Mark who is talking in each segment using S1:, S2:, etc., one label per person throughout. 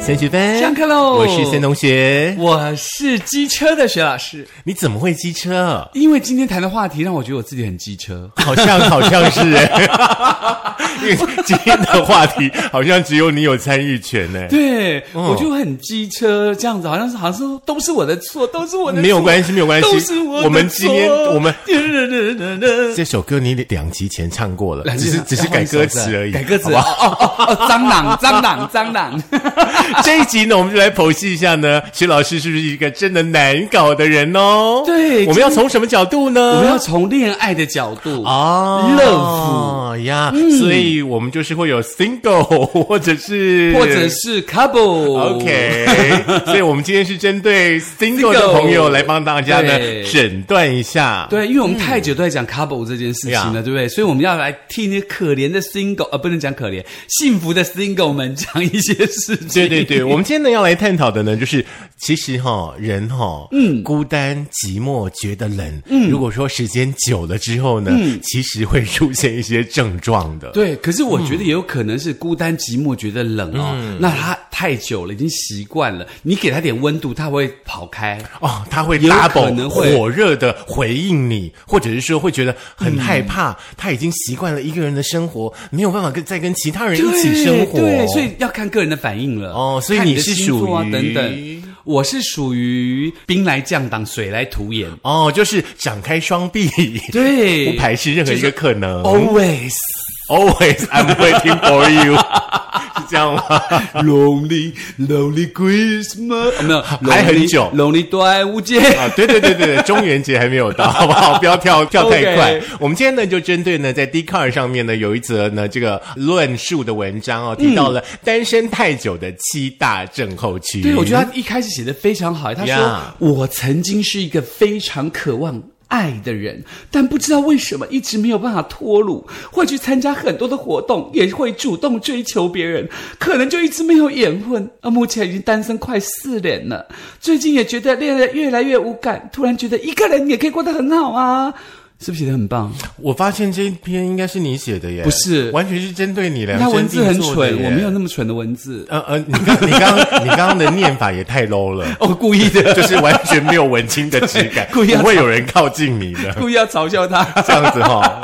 S1: 三学分
S2: 上课喽
S1: 我是森同学。
S2: 我是机车的学老师，
S1: 你怎么会机车？
S2: 因为今天谈的话题让我觉得我自己很机车。
S1: 好像好像 是哎，因为今天的话题好像只有你有参与权呢。
S2: 对，我就很机车，这样子好像是好像是都是我的错，都是我的错，
S1: 没有关系没有关系
S2: 都是我的错。
S1: 我们今天我 们
S2: 们
S1: 这首歌你两集前唱过了，只是只是
S2: 啊要换
S1: 改
S2: 一首
S1: 歌
S2: 是吧
S1: 词而已，
S2: 改歌词
S1: 好不
S2: 哦
S1: 好
S2: 哦哦哦，蟑螂蟑螂蟑 螂，
S1: 这一集呢，我们就来剖析一下呢，徐老师是不是一个真的难搞的人哦？
S2: 对
S1: 我们要从什么角度呢？
S2: 我们要从恋爱的角度
S1: 哦，love 呀，
S2: 嗯
S1: 所以我们就是会有 single 或者是
S2: 或者是 couple。
S1: OK，所以我们今天是针对 single 的朋友来帮大家呢
S2: 对
S1: 诊断一下。
S2: 对，因为我们太久都在讲 couple 这件事情了，
S1: 呀
S2: 对不对？所以我们要来替那可怜的 single，呃，不能讲可怜，幸福的 single 们讲一些事
S1: 对
S2: 情。
S1: 对 对，我们今天呢要来探讨的呢，就是其实哈、人哈、嗯，孤单、寂寞、觉得冷，嗯，如果说时间久了之后呢，
S2: 嗯
S1: 其实会出现一些症状的。
S2: 对，可是我觉得也有可能是孤单寂寞，觉得冷哦。
S1: 嗯
S2: 那他太久了，已经习惯了，你给他点温度，他会跑开。
S1: 哦，他会
S2: 有可
S1: double
S2: 能会
S1: 火热的回应你，或者是说会觉得很害怕，
S2: 嗯
S1: 他已经习惯了一个人的生活，没有办法跟再跟其他人一起生活。
S2: 对，所以要看个人的反应了。
S1: 哦所以
S2: 看
S1: 你
S2: 的
S1: 是
S2: 星座啊
S1: 属于
S2: 等等，我是属于兵来将挡，水来土掩。
S1: 哦，就是展开双臂，
S2: 对，
S1: 不排斥任何一个可能。
S2: always
S1: Always I'm waiting for you，是这样吗？
S2: lonely lonely Christmas，、哦、没有，
S1: 还很久
S2: lonely 端午节。
S1: 啊，对对对对对，中元节还没有到，好不 好？不要跳跳太快
S2: OK。
S1: 我们今天呢，就针对呢在 d c a r 上面呢有一则呢这个论述的文章哦，提到了单身太久的七大症候群。
S2: 嗯对，我觉得他一开始写的非常好。他说
S1: Yeah
S2: 我曾经是一个非常渴望。爱的人，但不知道为什么一直没有办法脱乳，会去参加很多的活动，也会主动追求别人，可能就一直没有缘分。啊，目前已经单身快四年了，最近也觉得恋爱越来越无感，突然觉得一个人也可以过得很好啊，是不是写的很棒？
S1: 我发现这一篇应该是你写的耶，
S2: 不是
S1: 完全是针对你量
S2: 那
S1: 身
S2: 文字很
S1: 定做的
S2: 蠢，
S1: 耶
S2: 我没有。那么蠢的文字，
S1: 呃呃，你刚你刚 你刚刚的念法也太 low 了，
S2: 哦，故意的，
S1: 就是完全没有文青的质感，
S2: 故意要
S1: 不会有人靠近你的。
S2: 故意要嘲笑他。
S1: 这样子哈、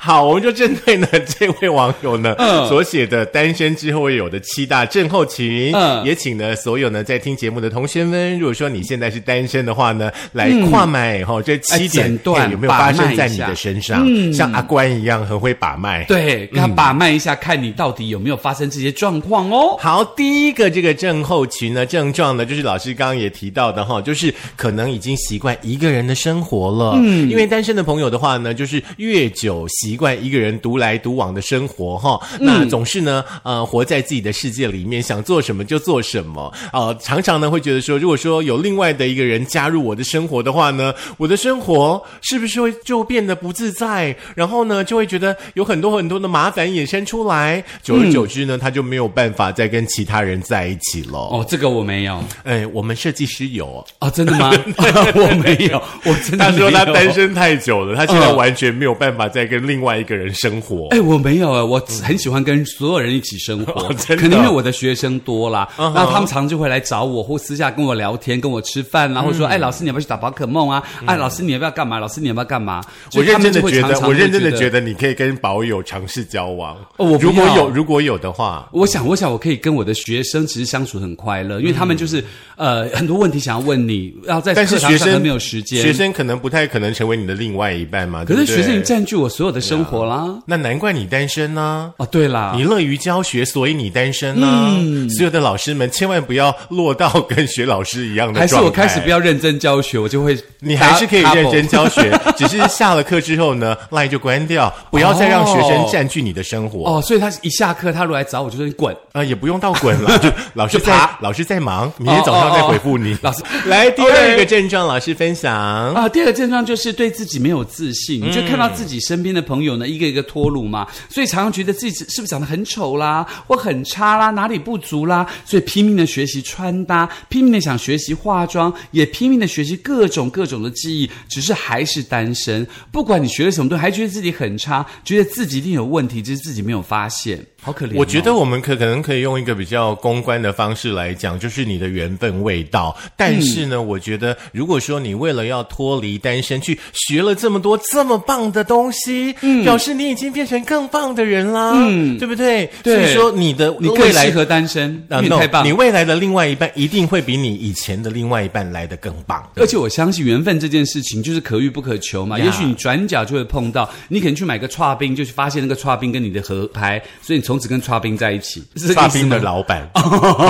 S1: 好，我们就针对呢这位网友呢、
S2: 嗯
S1: 所写的单身之后会有的七大症候群，
S2: 嗯
S1: 也请呢所有呢在听节目的同学们，如果说你现在是单身的话呢，来跨买哈、这七
S2: 哎
S1: 点
S2: 诊嗯断
S1: 哎有没有发生在你
S2: 把脉
S1: 的
S2: 一下嗯
S1: 身上？像阿关一样很会把脉。
S2: 对，给他
S1: 嗯
S2: 把脉一下，看你到底有没有发生这些状况哦。
S1: 好，第一个这个症候群呢，症状呢，就是老师刚刚也提到的哈，就是可能已经习惯一个人的生活了。嗯，因为单身的朋友的话呢，就是越久习惯一个人独来独往的生活哈，那总是呢，呃，活在自己的世界里面，想做什么就做什么。呃，常常呢会觉得说，如果说有另外的一个人加入我的生活的话呢，我的生活是不是会就变得不自在？然后呢，就会觉得有很多很多的麻烦衍生出来，久而久之呢，他就没有办法再跟其他人在一起了。
S2: 哦，这个我没有
S1: 哎，我们设计师有，
S2: 哦，真的吗？我没有，我真的
S1: 他
S2: 没
S1: 说
S2: 有。
S1: 他单。身太久了，他现在
S2: 嗯
S1: 完全没有办法再跟另外一个人生活。
S2: 哎，我没有哎，我很喜欢跟所有人一起生活，
S1: 哦嗯真的
S2: 可能因为我的学生多啦，那他们常就会来找我，或私下跟我聊天，跟我吃饭啦，或
S1: 嗯
S2: 者说，哎，老师你要不要去打宝可梦啊？哎，老师你要不要干嘛？老师你要不要干嘛？
S1: 我认真的觉
S2: 所以他们就会常
S1: 得，
S2: 常
S1: 我认真的
S2: 会
S1: 觉得你可以跟保友尝试交往。
S2: 哦我不
S1: 如果
S2: 要
S1: 有，如果有的话，
S2: 我想，我想我可以跟我的学生其实相处很快乐，因为他们就是、呃很多问题想要问你，然后在
S1: 嗯但是
S2: 课堂
S1: 学
S2: 上都
S1: 生
S2: 没有时间。
S1: 学，生可能不太可能成为你的另外一半嘛。
S2: 可是
S1: 对不对
S2: 学生已经占据我所有的生活啦。
S1: 那难怪你单身呢、
S2: 哦，对啦
S1: 你，乐于教学，所以你单身呢、
S2: 嗯
S1: 所有的老师们千万不要落到跟学老师一样的
S2: 还是
S1: 状态。
S2: 我开始不要认真教学，我就会
S1: 你还是可以认真
S2: double。
S1: 教学， 只是下了课之后呢，赖就关掉，不要再让学生占据你的生活。
S2: 哦，所以他一下课，他如果来找我，就说你滚。
S1: 呃，也不用到滚 了，就老师
S2: 就
S1: 在
S2: 爬，
S1: 老师在忙，明天早上再回复你。
S2: 哦哦哦老师
S1: 来第二个症状，老师分享。嗯
S2: 啊，第二个症状就是对自己没有自信，你就看到自己身边的朋朋友呢，一个一个脱乳嘛，所以常常觉得自己是不是长得很丑啦，或很差啦，哪里不足啦，所以拼命的学习穿搭，拼命的想学习化妆，也拼命的学习各种各种的技艺，只是还是单身。不管你学了什么东西，还觉得自己很差，觉得自己一定有问题，只是自己没有发现，好可怜哦、
S1: 我觉得我们可可能可以用一个比较公关的方式来讲，就是你的缘分未到。但是
S2: 嗯
S1: 呢，我觉得如果说你为了要脱离单身，去学了这么多这么棒的东西，
S2: 嗯
S1: 表示你已经变成更棒的人啦，嗯，对不对？
S2: 对
S1: 所以说你的
S2: 你更
S1: 未来
S2: 适合单身，
S1: 啊
S2: 因为你
S1: no，
S2: 太棒了
S1: 你未来的另外一半一定会比你以前的另外一半来的更棒。
S2: 而且我相信缘分这件事情就是可遇不可求嘛，
S1: 呀
S2: 也许你转角就会碰到，你可能去买个刨冰，就去发现那个刨冰跟你的合拍，所以你从此跟刨冰在一起，是这个
S1: 刷
S2: 意思
S1: 屏
S2: 吗
S1: 的老板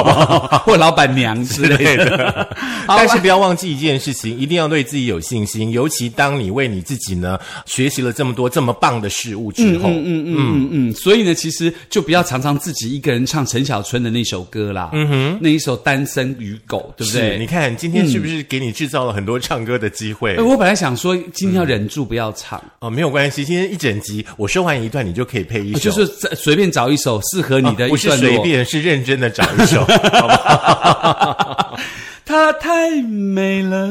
S2: 或老板娘之类
S1: 对
S2: 的。
S1: 的，
S2: 好
S1: 但是
S2: 吧
S1: 不要忘记一件事情，一定要对自己有信心。尤其当你为你自己呢学习了这么多这么棒的事物之后，
S2: 嗯嗯嗯，所以呢，其实就不要常常自己一个人唱陈小春的那首歌啦，嗯哼，那一首《单身与狗》，对不
S1: 是，你
S2: 对？
S1: 看今天是不是给你制造了很多唱歌的机会？
S2: 哎，嗯我本来想说今天要忍住不要唱，
S1: 哦，没有关系，今天一整集我说完一段，你就可以配一首。
S2: 呃
S1: 哦
S2: 就是在随便找一首适合你的
S1: 不
S2: 一
S1: 是
S2: 段
S1: 随
S2: 落。
S1: 便，是认真的找一 首，好吧？
S2: 她太美了，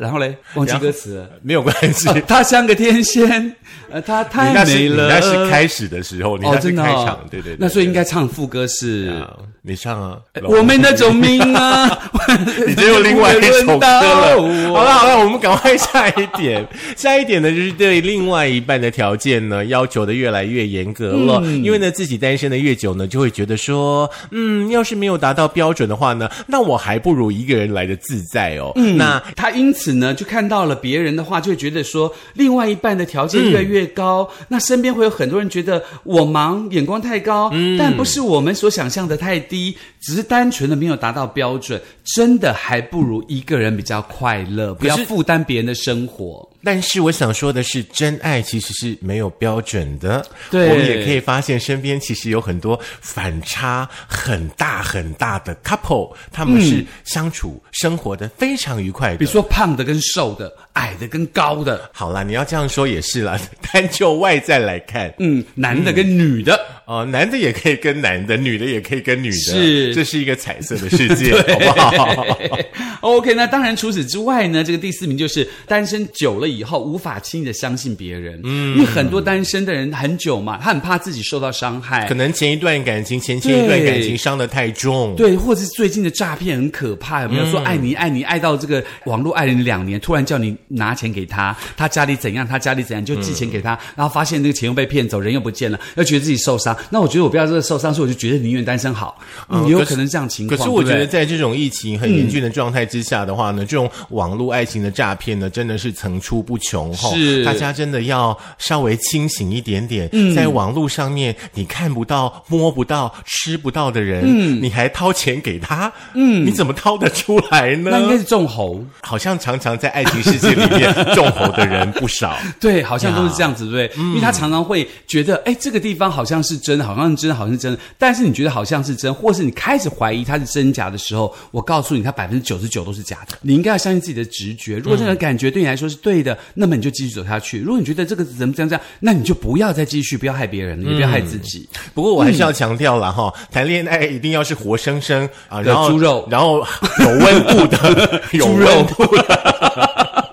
S2: 然后嘞，忘记
S1: 然后
S2: 歌词 了。
S1: 没有关系。
S2: 呃
S1: 你
S2: 她像个天仙，呃，她
S1: 那
S2: 太
S1: 是
S2: 美
S1: 你
S2: 了。
S1: 那是开始的时候，你
S2: 哦，
S1: 那是
S2: 真的
S1: 开
S2: 哦
S1: 场，对对对。
S2: 那所以应呃该唱副歌是
S1: 对啊你唱啊，
S2: 我没那种命啊，
S1: 你只有另外一 首歌了。好
S2: 好
S1: 了
S2: 了，
S1: 好了，我们赶快下一点。下一点呢，就是对另外一半的条件呢，要求的越来越严格了。因为呢，自己单身的越久呢，就会觉得说，嗯，要是没有达到标准的话呢，那我还不如一个人来的自在哦。嗯，那。
S2: 他因此呢，就看到了别人的话，就会觉得说，另外一半的条件越来越高，
S1: 嗯
S2: 那身边会有很多人觉得我忙，眼光太高，
S1: 嗯
S2: 但不是我们所想象的太低，只是单纯的没有达到标准，真的还不如一个人比较快乐，不要
S1: 可是
S2: 负担别人的生活。
S1: 但是我想说的是，真爱其实是没有标准的。
S2: 对
S1: 我们也可以发现身边其实有很多反差很大很大的 couple，他们是相处、生活的非常愉快的。
S2: 比如说胖的跟瘦的，矮的跟高的，
S1: 好啦，你要这样说也是啦， 单就外在来看，
S2: 嗯，男的跟女的。
S1: 哦、男的也可以跟男的，女的也可以跟女的，
S2: 是
S1: 这是一个彩色的世界，好不好？
S2: OK，那当然，除此之外呢，这个第四名就是单身久了以后无法轻易的相信别人，嗯，因为很多单身的人很久嘛，他很怕自己受到伤害
S1: 可，能前一段感情，前前一段感情伤得太重，
S2: 对，或者是最近的诈骗很可怕，有没有
S1: 嗯
S2: 说爱你爱你爱到这个网络爱人两年，突然叫你拿钱给他，他家里怎样，他家里怎样，就寄
S1: 嗯
S2: 钱给他，然后发现那个钱又被骗走，人又不见了，又觉得自己受伤，那我觉得我不要这个受伤，所以我就觉得宁愿单身好，嗯，也有可能这样情
S1: 哦可
S2: 况，
S1: 是我觉
S2: 对
S1: 得，
S2: 不对。
S1: 在这种疫情很严峻的状态之下的话呢，这种网络爱情的诈骗呢，真的是层出不穷吼
S2: 是嗯
S1: 大家真的要稍微清醒一点点。在网络上面，你看不到、摸不到、吃不到的人，
S2: 嗯
S1: 你还掏钱给他，嗯，你怎么掏得出来
S2: 那应该
S1: 呢？
S2: 是中猴，
S1: 好像常常在爱情世界里面 纵火的人不少。
S2: 对，好像都是这样子，
S1: 啊
S2: 对不对？因为
S1: 嗯
S2: 他常常会觉得，哎，这个地方好像是真的，好像是真的，好像是真的。但是你觉得好像是真，或是你开始怀疑它是真假的时候，我告诉你，它百分之九十九都是假的。你应该要相信自己的直觉。如果这个感觉对你来说是对的，那么你就继续走下去。如果你觉得这个怎么这样这样，那你就不要再继续，不要害别
S1: 嗯
S2: 人，也不要害 自己。
S1: 不过我还是要强调了哈，谈恋爱一定要是活生生啊，然后
S2: 嗯猪肉
S1: 然后有温度 的，有
S2: 猪肉
S1: 温度的，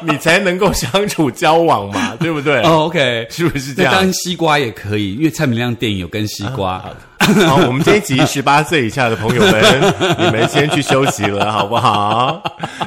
S1: 你才能够相处交往 嘛，对不对？
S2: 哦，OK，
S1: 是 不是这
S2: 那
S1: 样？啊
S2: 当然西瓜也可以，因为蔡明亮电影有跟西 瓜。
S1: 好，我们这一集十八岁以下的朋友们，你们先去休息 了，好不好？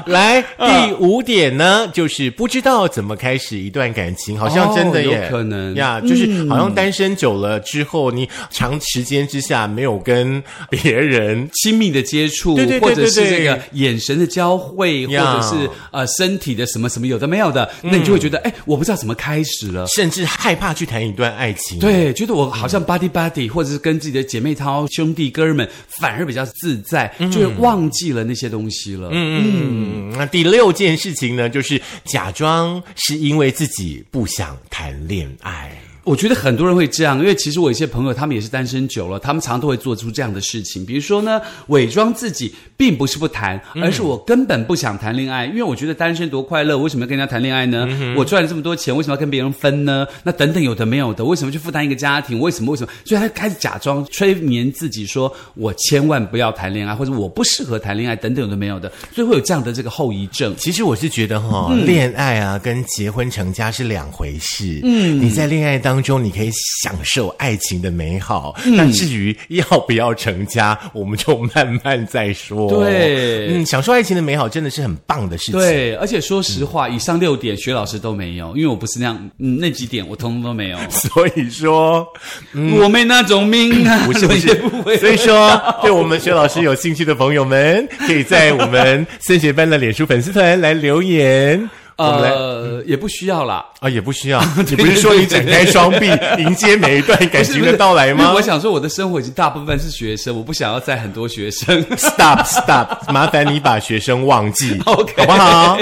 S1: 来，第五点呢，就是不知道怎么开始一段感情，好像真的
S2: 哦
S1: 耶，
S2: 有可能嗯
S1: 呀，就是好像单身久了之后，你长时间之下没有跟别人。
S2: 亲密的接触，
S1: 对对对
S2: 或者是
S1: 对对
S2: 这个眼神的交汇，或
S1: 呀嗯
S2: 者是呃身体的什么什么有的没有的，那你就会觉得，哎、我不知道怎么开始了。
S1: 甚至害怕去谈一段爱情，
S2: 对，觉得我好像 buddy buddy，或者是跟自己的姐妹淘、兄弟哥们，反而比较自在，就会忘记了那些东西了。嗯，
S1: 嗯，那第六件事情呢，就是假装是因为自己不想谈恋爱。
S2: 我觉得很多人会这样，因为其实我有一些朋友，他们也是单身久了，他们常常都会做出这样的事情。比如说呢，伪装自己并不是不谈，而是我根本不想谈恋爱，因为我觉得单身多快乐，为什么要跟人家谈恋爱呢？我赚了这么多钱，为什么要跟别人分呢？那等等有的没有的，为什么去负担一个家庭？为什么为什么？所以他就开始假装催眠自己说，我千万不要谈恋爱，或者我不适合谈恋爱，等等有的没有的，所以会有这样的这个后遗症。
S1: 其实我是觉得哈、
S2: 嗯
S1: 恋爱啊跟结婚成家是两回事。嗯，你在恋爱当中，你可以享受爱情的美好。
S2: 嗯
S1: 那、至于要不要成家，我们就慢慢再说。
S2: 对
S1: 嗯，享受爱情的美好真的是很棒的事情。
S2: 对，而且说实话，
S1: 嗯
S2: 以上六点学老师都没有，因为我不是那样，嗯，那几点我通通都没有，
S1: 所以说，
S2: 我没那种命啊，
S1: 嗯不是不
S2: 我
S1: 是
S2: 也不会，
S1: 所以说，对我们薛老师有兴趣的朋友们，可以在我 们森学班的脸书粉丝团来留言。我们来
S2: 呃，也不需要啦。
S1: 啊，也不需 要。你不是说你展开双臂迎接每一段感情的到来
S2: 因为
S1: 吗
S2: 我想说，我的生活已经大部分是学生，我不想要再很多学 生。
S1: ？Stop stop，麻烦你把学生忘记
S2: OK
S1: 好不好？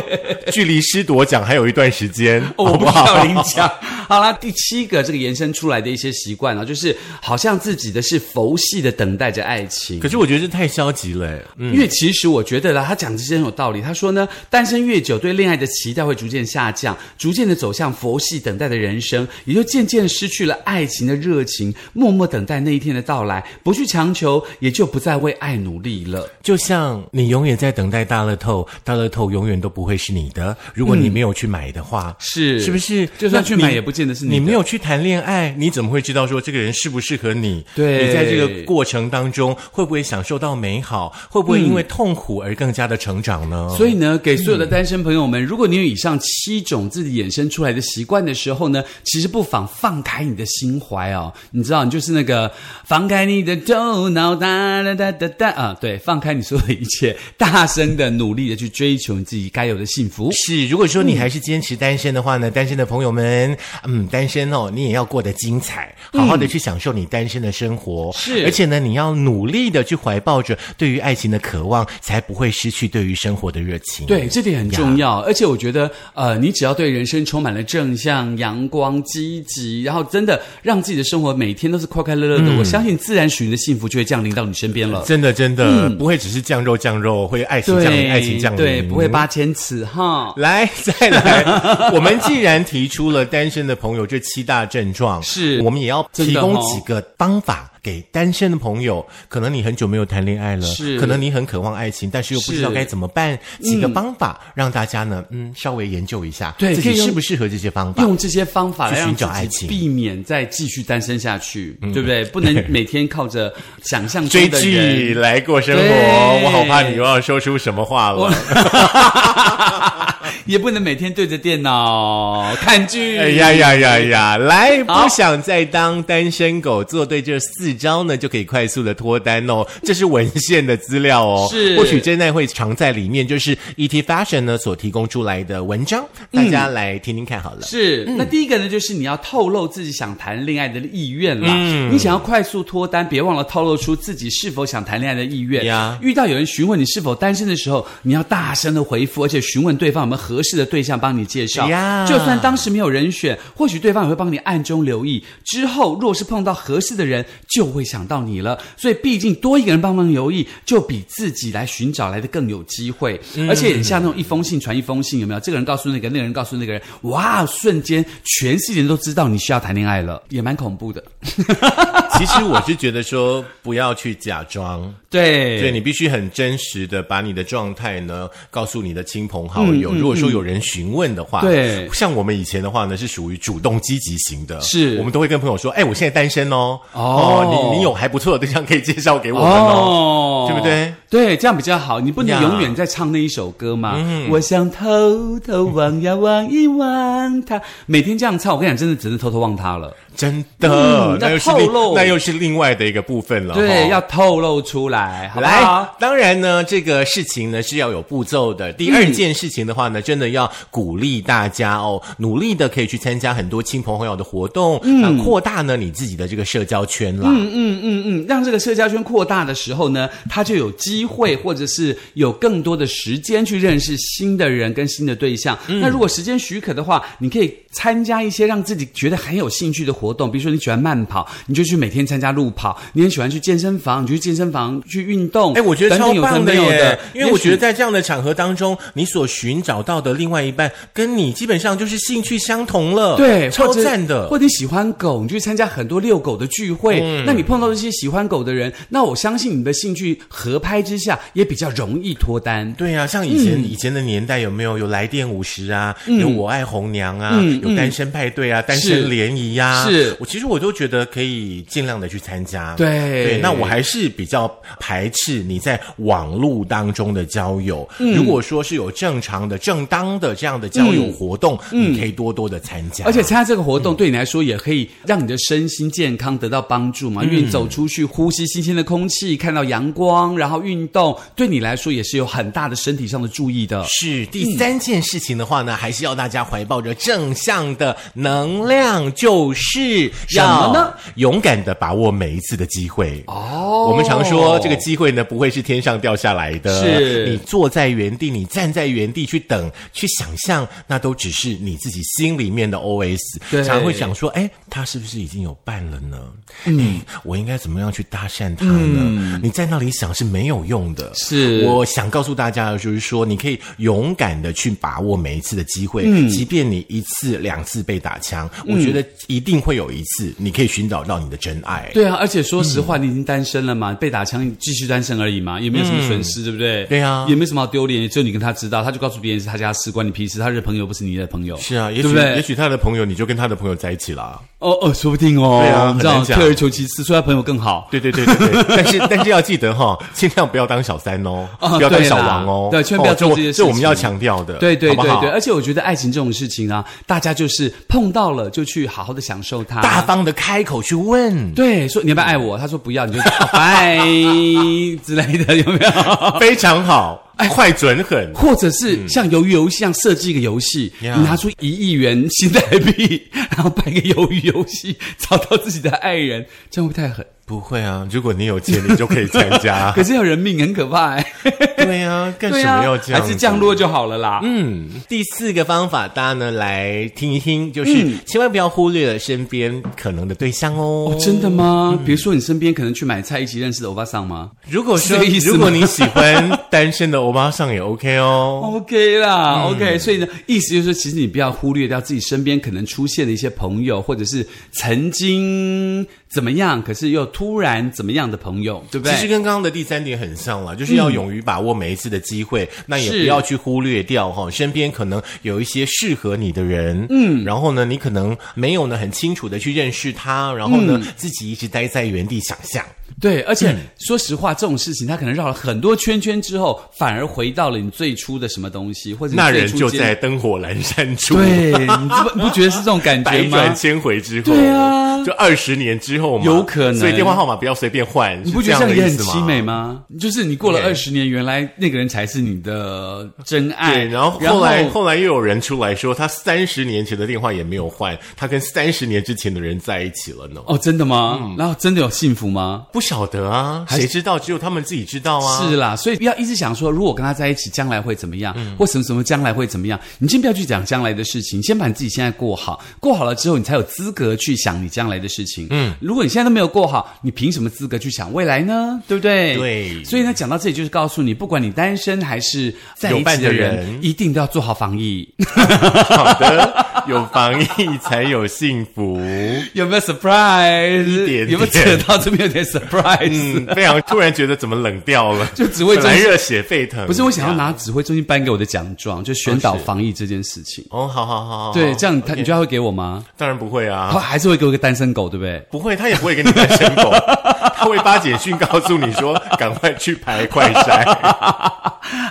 S1: 距离师铎奖还有一段时间，
S2: 哦我
S1: 好不
S2: 不需要
S1: 好？
S2: 领奖。好啦，第七个这个延伸出来的一些习惯啊，就是好像自己的是佛系的等待着爱情。
S1: 可是我觉得这太消极了，哎嗯，
S2: 因为其实我觉得啦，他讲的是很有道理。他说呢，单身越久，对恋爱的期待会逐渐下降，逐渐的走向佛系等待的人生，也就渐渐失去了爱情的热情，默默等待那一天的到来，不去强求，也就不再为爱努力了。
S1: 就像你永远在等待大乐透，大乐透永远都不会是你的。如果
S2: 嗯
S1: 你没有去买的话，
S2: 是
S1: 是不是？
S2: 就算去
S1: 那你
S2: 买也不见得是你
S1: 你
S2: 的
S1: 没有去谈恋爱，你怎么会知道说这个人适不适合你？
S2: 对
S1: 你在这个过程当中会不会享受到美好？会不会因为痛苦而更加的成长呢？
S2: 所以呢，给所有的单身朋友们，如果你有以上七种自己衍生出来的习惯的时候呢，其实不妨放开你的心怀哦。你知道，你就是那个放开你的头脑，哒哒哒哒哒啊，对，放开你所有的一切，大声的努力的去追求你自己该有的幸福。
S1: 是，如果说
S2: 嗯
S1: 你还是坚持单身的话呢，单身的朋友们，嗯，单身哦，你也要过得精彩，好好的去享受你单身的生活。
S2: 嗯是
S1: 而且呢，你要努力的去怀抱着对于爱情的渴望，才不会失去对于生活的热情。
S2: 对，这点很重要。而且我觉得，呃，你只要对人生充满了正向、阳光、积极，然后真的让自己的生活每天都是快快乐乐的，我相信自然属于的幸福就会降临到你身边了。
S1: 真的真的、不会只是酱肉酱肉，会爱情
S2: 嗯对，
S1: 降临，爱情降临，嗯
S2: 对，不会八千尺哈。
S1: 来， 再来。我们既然提出了单身的朋友这七大症状，
S2: 是
S1: 我们也要
S2: 真
S1: 提
S2: 的哦
S1: 供几个方法给单身的朋友。可能你很久没有谈恋爱了，
S2: 是
S1: 可能你很渴望爱情，但是又不知道
S2: 是
S1: 该怎么办。几个方法让大家呢，嗯，稍微研究一下，
S2: 对
S1: 自
S2: 可以
S1: 己
S2: 用
S1: 适不适合这些方法。
S2: 用这些方法
S1: 去
S2: 来让
S1: 寻找
S2: 自
S1: 爱
S2: 己
S1: 情嗯
S2: 避免再继续单身下去，对不对？不能每天靠着想象 中
S1: 追
S2: 的
S1: 剧
S2: 人。
S1: 来过生活，
S2: 对
S1: 我好怕你又要说出什么话了。
S2: 也不能每天对着电脑看 剧。
S1: 哎呀呀呀呀！来，
S2: 好
S1: 不想再当单身狗，做对这四招呢，就可以快速的脱单哦。这是文献的资料哦，
S2: 是
S1: 或许真爱会藏在里面，就是 ET Fashion 呢所提供出来的文章，大家
S2: 嗯
S1: 来听听看好了。
S2: 是，那第一个呢，就是你要透露自己想谈恋爱的意愿啦。
S1: 嗯
S2: 你想要快速脱单，别忘了透露出自己是否想谈恋爱的意愿。
S1: 呀
S2: 遇到有人询问你是否单身的时候，你要大声的回复，而且询问对方有没有合适的对象帮你介绍。
S1: 呀
S2: 就算当时没有人选，或许对方也会帮你暗中留意。之后若是碰到合适的人，就会想到你了。所以，毕竟多一个人帮忙留意，就比自己来寻找来的更有机会。而且，很像那种一封信传一封信，有没有？这个人告诉那个，那个人告诉那个人，哇，瞬间全世界人都知道你需要谈恋爱了，也蛮恐怖的。
S1: 其实我是觉得说，不要去假装，
S2: 对，
S1: 对你必须很真实的把你的状态呢告诉你的亲朋好友。如果说有人询问的话，
S2: 嗯对
S1: 像我们以前的话呢，是属于主动积极型的，
S2: 是
S1: 我们都会跟朋友说，哎，我现在单身哦，
S2: 哦
S1: 你你有还不错的对象可以介绍给我们哦。
S2: 哦
S1: 对不对？
S2: 对，这样比较好。你不能
S1: 呀
S2: 永远在唱那一首歌嘛。我想偷偷望呀望一望他，每天这样唱，我跟你讲，真的只能偷偷望他了。
S1: 真的，
S2: 嗯那
S1: 那又是
S2: 透
S1: 另
S2: 露
S1: 那又是另外的一个部分了哈，
S2: 对，要透露出来，好不
S1: 来
S2: 好？，
S1: 当然呢，这个事情呢是要有步骤的。第二件事情的话呢，真的要鼓励大家哦，努力的可以去参加很多亲朋好友的活动，嗯，扩大呢你自己的这个社交圈啦。
S2: 嗯嗯嗯嗯，让这个社交圈扩大的时候呢，它他就有机会或者是有更多的时间去认识新的人跟新的对象。
S1: 嗯
S2: 那如果时间许可的话，你可以参加一些让自己觉得很有兴趣的活动，比如说你喜欢慢跑，你就去每天参加路跑；你很喜欢去健身房，你就去健身房去运动。
S1: 哎，我觉得
S2: 等等
S1: 超
S2: 有
S1: 棒
S2: 没有
S1: 耶
S2: 的！，
S1: 因为我觉得
S2: 在。
S1: 在这样的场合当中，你所寻找到的另外一半，跟你基本上就是兴趣相同了，
S2: 对，
S1: 哦超
S2: 或者
S1: 赞的嗯
S2: 或。者你喜欢狗，你去参加很多遛狗的聚会，那你碰到一些喜欢狗的人，那我相信你的兴趣合拍之下也比较容易脱单。
S1: 对啊，像以前、
S2: 嗯
S1: 以前的年代有没有有来电五十啊，有我爱红娘啊，有单身派对啊，单
S2: 嗯是
S1: 身联谊呀、
S2: 是
S1: 我其实我都觉得可以尽量的去参加。
S2: 对
S1: 对，那我还是比较排斥你在网络当中的交友。
S2: 嗯
S1: 如果说是有正常的、正当的这样的交友活动，你可以多多的参加，
S2: 嗯而且参加这个活动对你来说，也可以让你的身心健康得到帮助
S1: 嗯
S2: 嘛，因为你走出去呼吸新鲜的空气，看到阳光，然后运动，对你来说也是有很大的身体上的注意的。
S1: 是第三件事情的话呢，还是要大家怀抱着正向的能量，就是
S2: 什么呢？
S1: 勇敢的把握每一次的机会。
S2: 哦
S1: 我们常说这个机会呢，不会是天上掉下来的。
S2: 是
S1: 你坐在原地，你站在原地去等、去想象，那都只是你自己心里面的 OS。
S2: 对
S1: 常会想说，哎，他是不是已经有伴了呢？嗯，我应该怎么样去搭讪他呢？你在那里想是没有用的。
S2: 嗯是
S1: 我想告诉大家的就是说，你可以勇敢的去把握每一次的机会，
S2: 嗯
S1: 即便你一次两次被打枪，我觉得一定会有一次你可以寻找到你的真爱。
S2: 对啊，而且说实话，你已经单身了
S1: 嗯
S2: 嘛，被打枪你继续单身而已嘛，也没有什么损失，对不对？
S1: 对啊
S2: 也没什么好丢脸，也只有你跟他知道，他就告诉别人是他家事，关你屁事，他是朋友不是你的朋友，
S1: 是啊，也
S2: 对
S1: 许
S2: 不
S1: 也
S2: 对？
S1: 许他的朋友，你就跟他的朋友在一起啦。
S2: 哦哦，说不定哦，
S1: 对啊
S2: 你知道
S1: 很难讲
S2: 退而求其次，说他朋友更好。
S1: 对对对对对， 但是但是要记得哈、尽量不要当小三哦，
S2: 啊
S1: 不要当
S2: 对
S1: 小
S2: 啦
S1: 王哦，
S2: 对千万不要
S1: 哦
S2: 做
S1: 我
S2: 这些事
S1: 这我们
S2: 情
S1: 要强调的，
S2: 对对
S1: 好不
S2: 对
S1: 好
S2: 对，而且我觉得爱情这种事情啊，大家就是碰到了就去好好的享受它。
S1: 大方的开口去问，
S2: 对，说你要不要爱我？他说不要，你就哦 拜之类的，有没 有？
S1: 非常好，
S2: 哎
S1: 快准狠。
S2: 或者是像鱿鱼游戏一样设计一个游戏，
S1: 嗯 Yeah
S2: 你拿出一亿元新台币， 然后办一个鱿鱼游戏，找到自己的爱人，这样会不会太狠？
S1: 不会啊，如果你有钱，你就可以参加
S2: 可。是要人命很可怕 哎、
S1: 对啊，干 啊
S2: 对
S1: 什
S2: 啊
S1: 么要这，样？
S2: 还是降。落就好了啦。
S1: 嗯，第四个方法，大家呢来听一听，就是
S2: 嗯
S1: 千万不要忽略了身边可能的对象哦。
S2: 真的吗？比如说你身边可能去买菜一起认识的欧巴桑吗
S1: 如果说
S2: 是这个意思吗
S1: 如果你喜欢单身的欧巴桑也 OK 哦。
S2: ？OK 啦、o
S1: 嗯
S2: k 所以呢，意思就是说，其实你不要忽略掉自己身边可能出现的一些朋友，或者是曾经怎么样，可是又突然怎么样的朋友，对不对？
S1: 其实跟刚刚的第三点很像啦，就是要勇于把握每一次的机会，那也
S2: 是
S1: 不要去忽略掉哈、身边可能有一些适合你的人，嗯，然后呢，你可能没有呢很清楚的去认识他，然后
S2: 嗯
S1: 呢，自己一直待在原地想象。
S2: 对，而
S1: 嗯
S2: 且、说实话，这种事情他可能绕了很多圈圈之后，反而回到了你最初的什么东西，或者你
S1: 那
S2: 最
S1: 人
S2: 初
S1: 就
S2: 见
S1: 在灯火阑珊处，
S2: 对，你不你不觉得是这种感
S1: 百
S2: 觉
S1: 转
S2: 吗？
S1: 千回之后，
S2: 对啊
S1: 就二十年之后嘛，
S2: 有可能
S1: 所以电话号码不要随便换，
S2: 你不觉
S1: 是这样
S2: 得这样
S1: 的
S2: 也
S1: 意思
S2: 很
S1: 吗
S2: 凄美吗？就是你过了
S1: 对
S2: 二十年，原来那个人才是你的真爱，
S1: 对，然后后来后来又有人出来说，他三十年前的电话也没有换，他跟三十年之前的人在一起了呢。
S2: 哦，真的吗？
S1: 嗯
S2: 然后真的有幸福吗？
S1: 不晓得啊，谁知道？只有他们自己知道啊。
S2: 是啦，所以不要一直想说，如果跟他在一起，将来会怎么样，
S1: 嗯
S2: 或什么什么将来会怎么样。你先不要去讲将来的事情，先把你自己现在过好，过好了之后，你才有资格去想你将来的事情。嗯，如果你现在都没有过好，你凭什么资格去想未来呢？对不对？
S1: 对
S2: 所以呢，讲到这里就是告诉你，不管你单身还是在一
S1: 有伴
S2: 起
S1: 的
S2: 的人，
S1: 人
S2: 一定都要做好防疫。 啊
S1: 好的， 有防疫才有幸福。
S2: 有没有 surprise？
S1: 一点点
S2: 有没有扯到这边有点
S1: 嗯，
S2: surprise？、
S1: 非常突然觉得怎么冷掉了，
S2: 就只会
S1: 本来
S2: 真
S1: 热血沸腾。
S2: 不是，我想要
S1: 这样
S2: 拿指挥中心颁给我的奖状，就宣导
S1: 哦是
S2: 防疫这件事情。
S1: 哦，好好好好，
S2: 对，
S1: 好
S2: 这样他
S1: OK
S2: 你觉得他会给我吗？
S1: 当然不会啊
S2: 他。哦还是会给我一个单身狗，对不对？
S1: 不会，他也不会给你单身狗， 他会发简讯告诉你说，赶快去排快筛。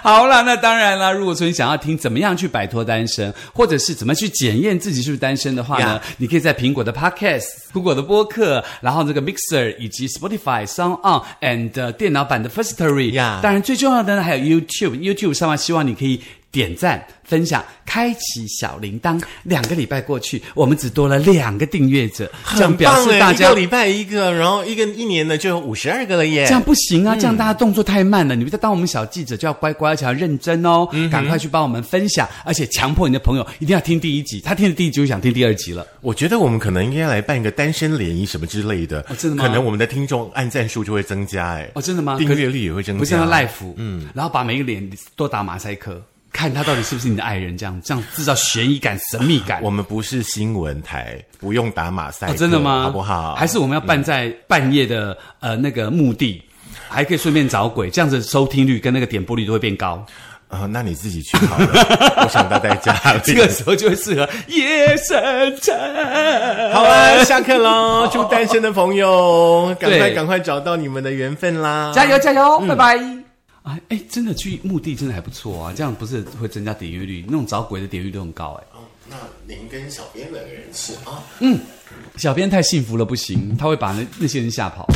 S2: 好啦，那当然啦。如果说你想要听怎么样去摆脱单身，或者是怎么去检验自己是不是单身的话呢
S1: 呀
S2: 你可以在苹果的 Podcast、苹果的播客，然后这个 Mixer 以及 Spotify、Sound On and、呃电脑版的 Firstory。
S1: 呀
S2: 当然最重要的呢还有 YouTube。YouTube 上面希望你可以点赞、分享、开启小铃铛。两个礼拜过去，我们只多了两个订阅者，这样
S1: 很
S2: 表
S1: 棒
S2: 示
S1: 哎
S2: 大
S1: 一
S2: 家
S1: 个礼拜一个，然后一个一年呢就有五十二个了耶
S2: 这。样不行
S1: 嗯
S2: 啊，这样大家动作太慢了。你们在当我们小记者就要乖乖，而且要认真哦，
S1: 嗯
S2: 赶快去帮我们分享，而且强迫你的朋友一定要听第一集，他听了第一集就想听第二集了。
S1: 我觉得我们可能应该来办一个单身联谊什么之类的，
S2: 哦真的吗
S1: 可能我们的听众按赞数就会增加哎。
S2: 哦，真的吗？
S1: 订阅率也会增加。
S2: 不是要 life，嗯，然后把每个脸都打马赛克，看他到底是不是你的爱人，这样这样制造悬疑感、神秘感。
S1: 我们不是新闻台，不用打马赛克、
S2: 哦真的吗？
S1: 好不好？嗯
S2: 还是我们要办在半夜的、呃那个墓地，还可以顺便找鬼，这样子收听率跟那个点播率都会变 高。
S1: 啊、那你自己去好了， 我想待在家里。
S2: 这个时候就会适合夜深沉。
S1: 好啊，下课喽！ 祝单身的朋友赶快
S2: 对
S1: 赶快找到你们的缘分啦！
S2: 加油加油，拜拜！嗯啊，哎，真的去墓地真的还不错啊，这样不是会增加点阅率？那种找鬼的点阅率都很高哎、
S1: 哦那您跟小编两个人吃啊？
S2: 小编太幸福了不行，他会把那那些人吓跑。